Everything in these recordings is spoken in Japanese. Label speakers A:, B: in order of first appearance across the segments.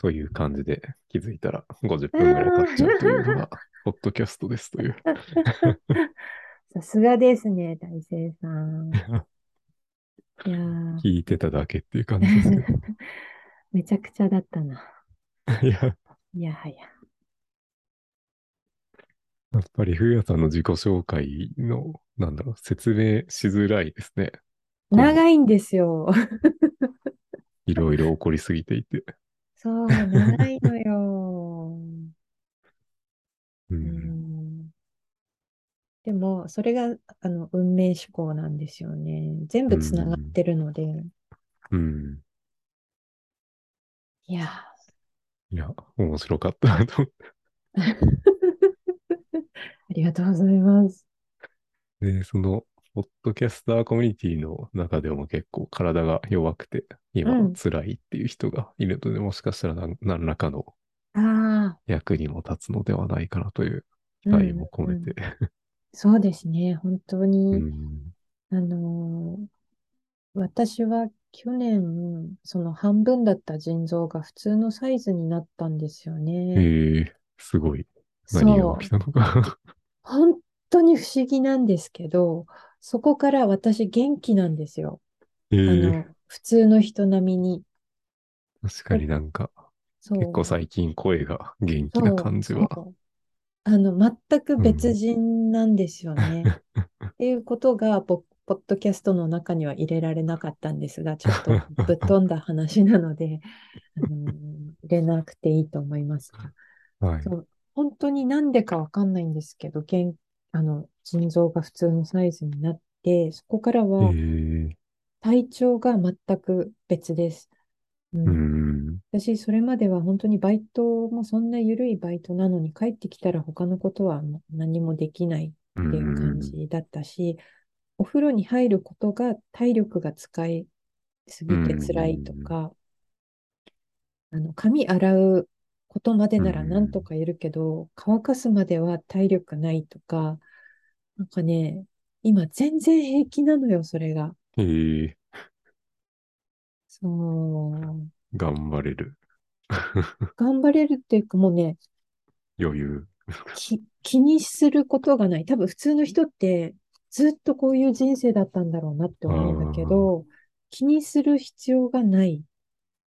A: という感じで気づいたら50分ぐらい経っちゃうというのが、ポッドキャストですという。
B: さすがですね、大成さん。いやー
A: 聞いてただけっていう感じ ですけど。
B: めちゃくちゃだったな。
A: いや、
B: いやはや。
A: やっぱり冬谷さんの自己紹介の、なんだろう、説明しづらいですね。
B: 長いんですよ。
A: いろいろ起こりすぎていて。
B: そう、長いのよ。
A: う、
B: うんんでも、それがあの運命思考なんですよね。全部つながってるので。
A: うん。
B: いや
A: いや、面白かったなと思って。
B: ーありがとうございます。
A: で、その、ポッドキャスターコミュニティの中でも結構体が弱くて、今
B: うん
A: 辛いっていう人がいるので、もしかしたら何何らかの
B: ああ、
A: 役にも立つのではないかなという期
B: うん
A: 待も込め
B: うん
A: て。
B: そうですね。本当
A: う
B: に、
A: ん。
B: あのー私は去年、その半分だった腎臓が普通のサイズになったんですよ
A: え
B: ね。
A: ー、すごい。何
B: そ
A: が
B: う
A: 起きたのか。
B: 本当に不思議なんですけど、そこから私元気なんですよ。
A: え
B: あ
A: ー、
B: の、普通の人並みに。
A: 確かになんか、
B: そう。
A: 結構最近声が元気な感じは。
B: そうそうあの、全く別人なんですよね。 っていうことがポ、ポッドキャストの中には入れられなかったんですが、ち ょっとぶっ飛んだ話なので、あの入れなくていいと思いますが。
A: はい
B: そ。う本当になんでかわかんないんですけど、現あの腎臓が普通のサイズになって、そこから
A: え
B: は
A: ー、
B: 体調が全く別です。う
A: うんん。
B: 私、それまでは本当にバイトもそんな緩いバイトなのに、帰ってきたら他のことはもう何もできないっ
A: う
B: ていう感
A: ん。
B: じだったし、お風呂に入ることが体力が使いすぎて辛いとか、あの、髪洗うことまでならなんとかいるけど、乾かすまでは体力ないとか、なんかね、今全然平気なのよ、それが。
A: えー、
B: そう。
A: 頑張れる。
B: 頑張れるっていうか、もうね、
A: 余裕。
B: き気にすることがない。多分普通の人ってずっとこういう人生だったんだろうなって思うんだけど、気にする必要がない。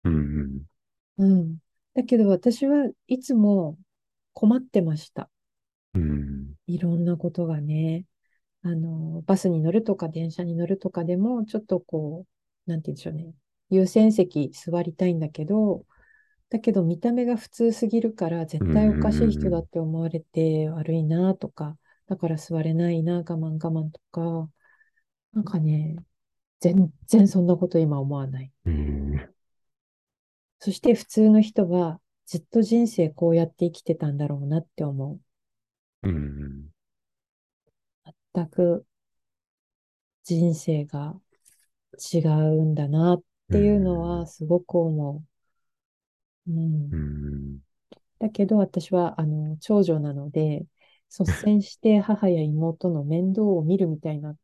A: うんうん。
B: うん。だけど私はいつも困ってました。
A: うん。
B: いろんなことがね。あの、バスに乗るとか電車に乗るとかでも、ちょっとこう、なんて言うんでしょうね。優先席座りたいんだけど、だけど見た目が普通すぎるから、絶対おかしい人だって思われて悪いなとか、だから座れないな、我慢我慢とか、なんかね、全然そんなこと今思わない。
A: えー、
B: そして普通の人は、ずっと人生こうやって生きてたんだろうなって思う。
A: うん。
B: 全く人生が違うんだなっていうのはすごく思う。うん
A: う、ん。
B: だけど私はあの長女なので率先して母や妹の面倒を見るみたいな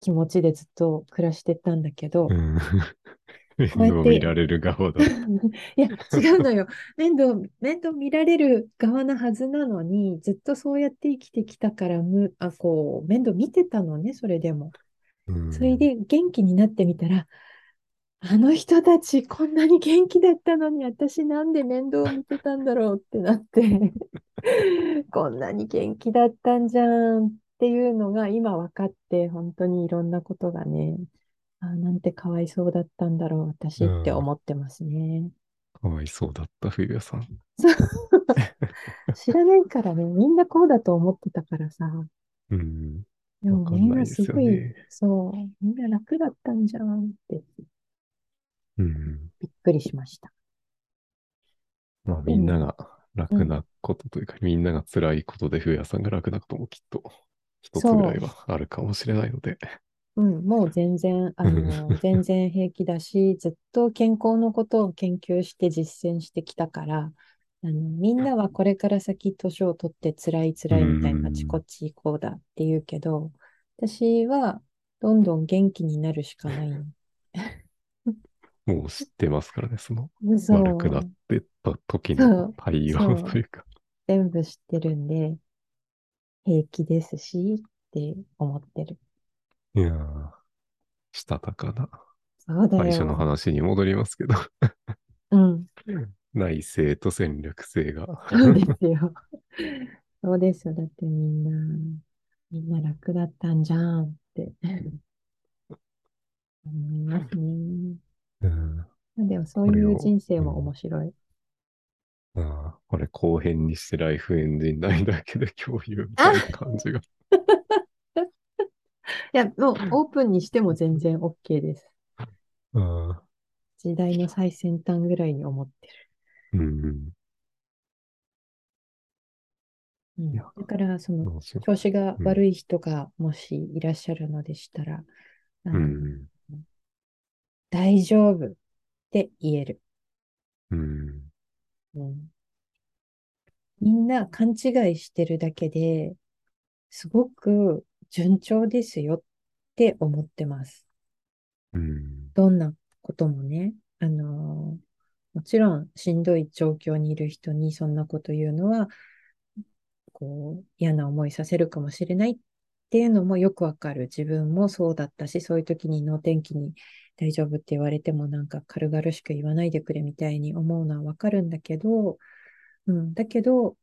B: 気持ちでずっと暮らしてたんだけど
A: う、ん。面
B: こうやって
A: 倒見られる側だ。
B: いや、違うのよ。面倒、面倒見られる側なはずなのに、ずっとそうやって生きてきたからむ、あ、こう、面倒見てたのね、それでも。
A: うん
B: それで元気になってみたら、あの人たちこんなに元気だったのに私なんで面倒を見てたんだろうってなって こんなに元気だったんじゃんっていうのが今分かって本当にいろんなことがねあなんてかわいそうだったんだろう私って
A: うん
B: 思ってますね。
A: かわいそうだった冬谷さん。
B: 知らないからねみんなこうだと思ってたからさ
A: うん。
B: でも
A: わか
B: み
A: ん
B: ん
A: ない
B: な
A: です
B: す
A: よ
B: ごい
A: ね。
B: そうみんな楽だったんじゃんって
A: うん。
B: びっくりしました。
A: まあみんなが楽なことというか、みんなが辛いことで冬谷さんが楽なこともきっと一つぐらいはあるかもしれないので。
B: うん、もう全然、あ の、全然平気だし、ずっと健康のことを研究して実践してきたから、あの、みんなはこれから先年を取って辛い辛いみたいな、あちこちこうだって言うけど、私はどんどん元気になるしかない。
A: もう知ってますからね、その
B: そう
A: 悪くなってった時の対応
B: そう
A: というか。
B: 全部知ってるんで、平気ですし、って思ってる。
A: いやー、したたかな。
B: そうだよ。
A: 最初の話に戻りますけど、
B: うん。
A: 内政と戦略性が。
B: そうですよ。そうですよ。だってみんな、みんな楽だったんじゃんって思いますね。
A: うん
B: でもそう
A: こ
B: い
A: れ
B: う
A: を
B: 人生は面白い。
A: あーこれ後編にしてライフエンジンないだけで共有みたいな感じが。
B: いや、もうオープンにしても全然 OK です。
A: あ
B: 時代の最先端ぐらいに思って
A: ーうん、
B: る。うん、
A: いや
B: だから、その、
A: どうしよ
B: 調子が悪い人がもしいらっしゃるのでしたら、あ
A: う。
B: の
A: うん、
B: 大丈夫って言える。
A: うん、
B: うんみんな勘違いしてるだけで、すごく順調ですよって思ってます。
A: うん、
B: どんなこともね、あのーもちろんしんどい状況にいる人にそんなこと言うのは、こう、嫌な思いさせるかもしれないっていうのもよくわかる。自分もそうだったし、そういう時に能天気に大丈夫って言われてもなんか軽々しく言わないでくれみたいに思うのはわかるんだけど、うん、だけど、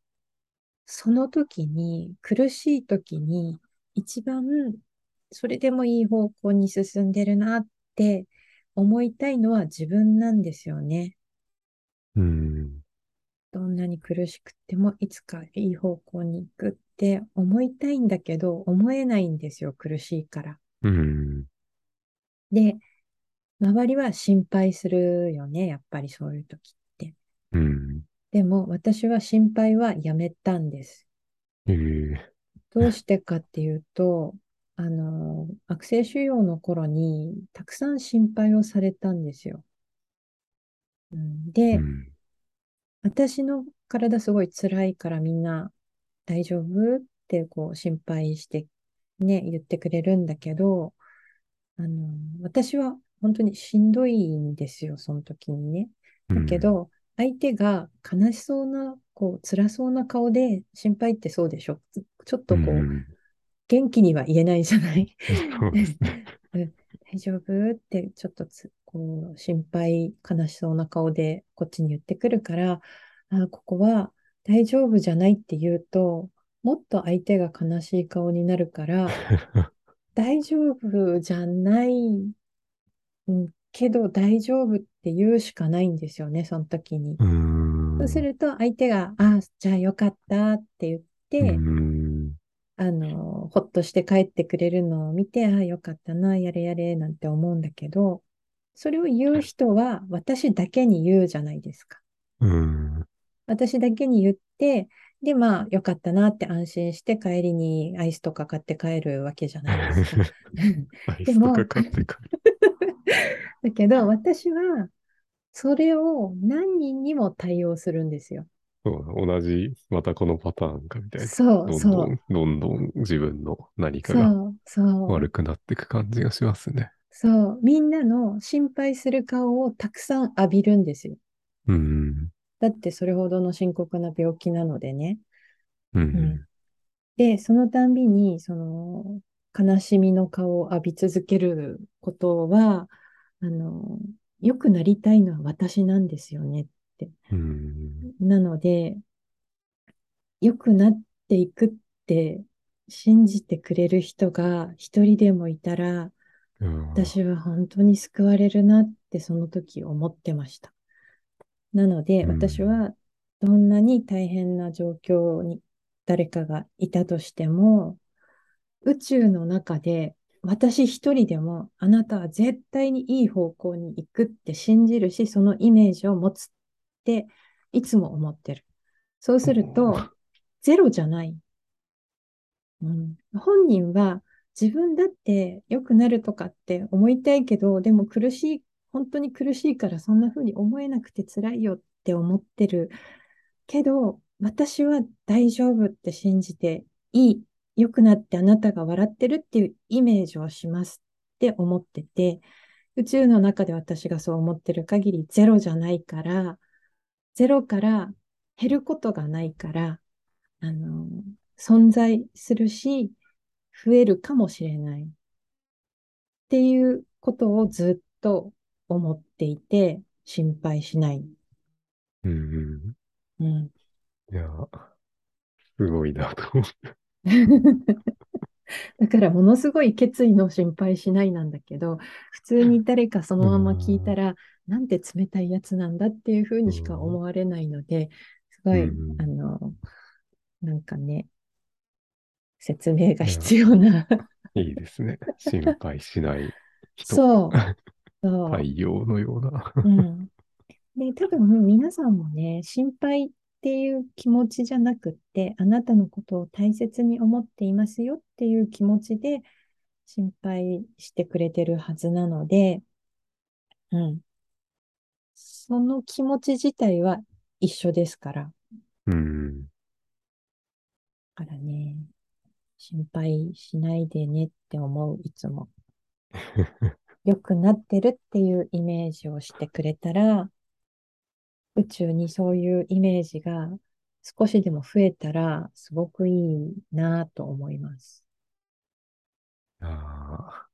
B: その時に、苦しい時に、一番それでもいい方向に進んでるなって思いたいのは自分なんですよね。
A: うん、
B: どんなに苦しくってもいつかいい方向に行くって思いたいんだけど、思えないんですよ、苦しいから。
A: うん、
B: で、周りは心配するよね、やっぱりそういう時って。
A: うん、
B: でも私は心配はやめたんです。
A: ええ
B: どうしてかっていうと、あの、悪性腫瘍の頃にたくさん心配をされたんですよ。うんで、
A: うん、
B: 私の体すごい辛いからみんな大丈夫ってこう心配してね、言ってくれるんだけど、あの、私は本当にしんどいんですよ、その時にね。だけど、相手が悲しそうな、こう辛そうな顔で心配ってそうでしょちょっとこう、
A: うん
B: 元気には言えないじゃない
A: そうですね。
B: 大丈夫ってちょっとつこう心配悲しそうな顔でこっちに言ってくるからあここは大丈夫じゃないって言うともっと相手が悲しい顔になるから 大丈夫じゃない、うん、けど大丈夫って言うしかないんですよねその時に。
A: うん
B: そうすると相手が「あじゃあよかった」って言って、
A: うん
B: あの、ほっとして帰ってくれるのを見て、ああ、よかったな、やれやれ、なんて思うんだけど、それを言う人は私だけに言うじゃないですか。
A: うん
B: 私だけに言って、で、まあ、よかったなって安心して帰りにアイスとか買って帰るわけじゃないです か。
A: アイスとか買ってくる。
B: だけど、私は、それを何人にも対応するんですよ。
A: そう同じ、またこのパターンかみたいな。
B: そ
A: ど
B: う、
A: ん
B: そ
A: ど
B: う、
A: ん、どんどん自分の何か
B: そ
A: が
B: う、そう。
A: 悪くなっていく感じがしますね。
B: そう、みんなの心配する顔をたくさん浴びるんですよ。
A: うん。
B: だってそれほどの深刻な病気なのでね。
A: うん。
B: で、そのたんびに、その、悲しみの顔を浴び続けることは、あの、良くなりたいのは私なんですよね。
A: うん。
B: なので、良くなっていくって信じてくれる人が一人でもいたら、
A: うん
B: 私は本当に救われるなってその時思ってました。なので
A: うん
B: 私はどんなに大変な状況に誰かがいたとしても宇宙の中で私一人でもあなたは絶対にいい方向に行くって信じるしそのイメージを持つっていつも思ってる。そうする
A: う
B: と
A: ん
B: ゼロじゃない。うん、本人は自分だって良くなるとかって思いたいけど、でも苦しい、本当に苦しいからそんな風に思えなくて辛いよって思ってるけど、私は大丈夫って信じていい、良くなってあなたが笑ってるっていうイメージをしますって思ってて、宇宙の中で私がそう思ってる限り、ゼロじゃないから、ゼロから減ることがないから、あの、存在するし、増えるかもしれないっていうことをずっと思っていて、心配しない。
A: うんうん
B: うん。
A: いや、すごいなと思って。
B: だからものすごい決意の心配しないなんだけど、普通に誰かそのまま聞いたら、なんて冷たいやつなんだっていうふうにしか思われないので、すご
A: う
B: い、
A: ん
B: あの、なんかね、説明が必要な。
A: うん。いいですね。心配しない人。
B: そう、そ う。
A: 太陽のような。
B: うん。で、多分皆さんもね、心配っていう気持ちじゃなくって、あなたのことを大切に思っていますよっていう気持ちで心配してくれてるはずなので、うん。その気持ち自体は一緒ですから。
A: うん。
B: だからね、心配しないでねって思う、いつも。良くなってるっていうイメージをしてくれたら、宇宙にそういうイメージが少しでも増えたら、すごくいいなぁと思います。
A: ああ、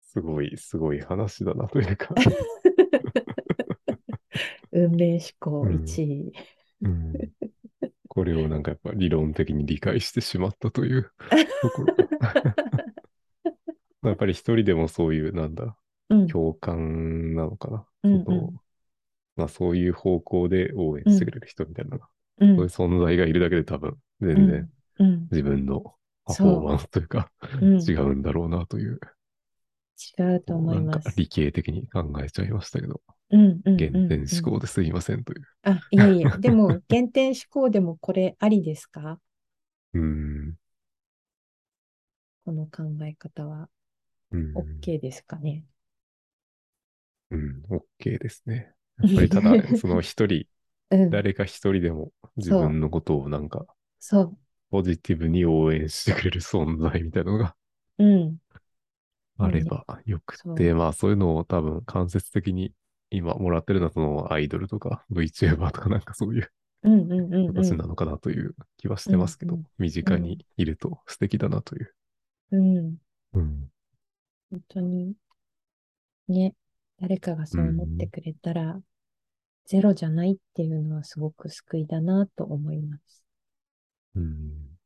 A: すごい、すごい話だなというか。
B: 運命思考
A: うん
B: 1位。
A: うんこれをなんかやっぱ理論的に理解してしまったという ところが。やっぱり一人でもそういう、なんだ、
B: うん、
A: 共感なのかな。
B: うん
A: そのまあ、そういう方向で応援してくれる人みたいな、
B: う、
A: そういうん存在がいるだけで多分、全
B: うん、
A: 然
B: うん、
A: 自分のパフォーマンスというか、
B: うん、
A: 違うんだろうなという、
B: 違うと思
A: ないん
B: ま
A: か
B: す。
A: 理系的に考えちゃいましたけど、
B: うん、う
A: 原
B: ん、うん
A: 点
B: うん
A: 思考ですいませんという。
B: あ、いえいえ、でも、原点思考でもこれありですか
A: うん。
B: この考え方は
A: うん。
B: OK ですかね。
A: うん、OK ですね。やっぱりた だ、その一人、
B: うん、
A: 誰か一人でも自分のことをなんか
B: そ
A: ポジティブに応援してくれる存在みたいなのが
B: う、うん、
A: あればよく
B: そう
A: て、まあそういうのを多分間接的に今もらってるのはそのアイドルとか VTuber とかなんかそういう
B: うん、うん、うん、う
A: 形
B: ん。
A: なのかなという気はしてますけど、
B: うんうん
A: 身近にいると素敵だなという。
B: うん
A: うん。
B: 本当に、ね、誰かがそう思ってくれたら、ゼロじゃないっていうのはすごく救いだなと思います。
A: うん、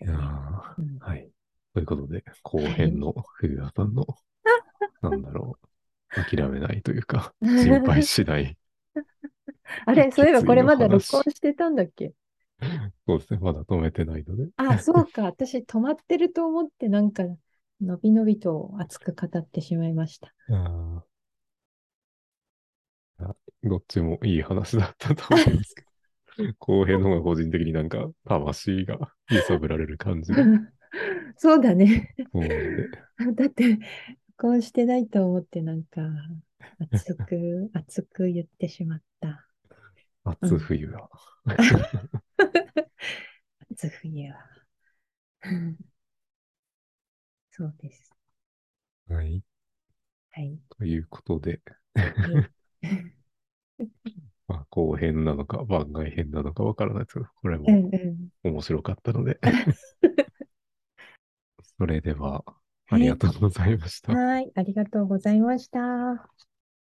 A: いやー
B: うん
A: はい。ということで、後編の冬谷さんの、なんだろう、諦めないというか、心配しない。
B: あれ、そういえばこれまだ
A: 決意の
B: 録
A: 話
B: 音してたんだっけ
A: そうですね、まだ止めてないので。
B: あ、そうか。私止まってると思ってなんか、のびのびと熱く語ってしまいました。
A: あーあどっちもいい話だったと思いますけど、後編の方が個人的になんか魂が揺さぶられる感じが。
B: そうだね。
A: そうなんで、
B: だって、録音してないと思ってなんか、熱く、熱く言ってしまった。
A: 暑冬が。
B: 夏冬は。 うんそうです。
A: はい。
B: はい。
A: ということで、
B: うん
A: まあ、後編なのか番外編なのかわからないですけど、これも
B: うん。
A: 面白かったので。それでは、ありがとうございました。
B: はい。ありがとうございました。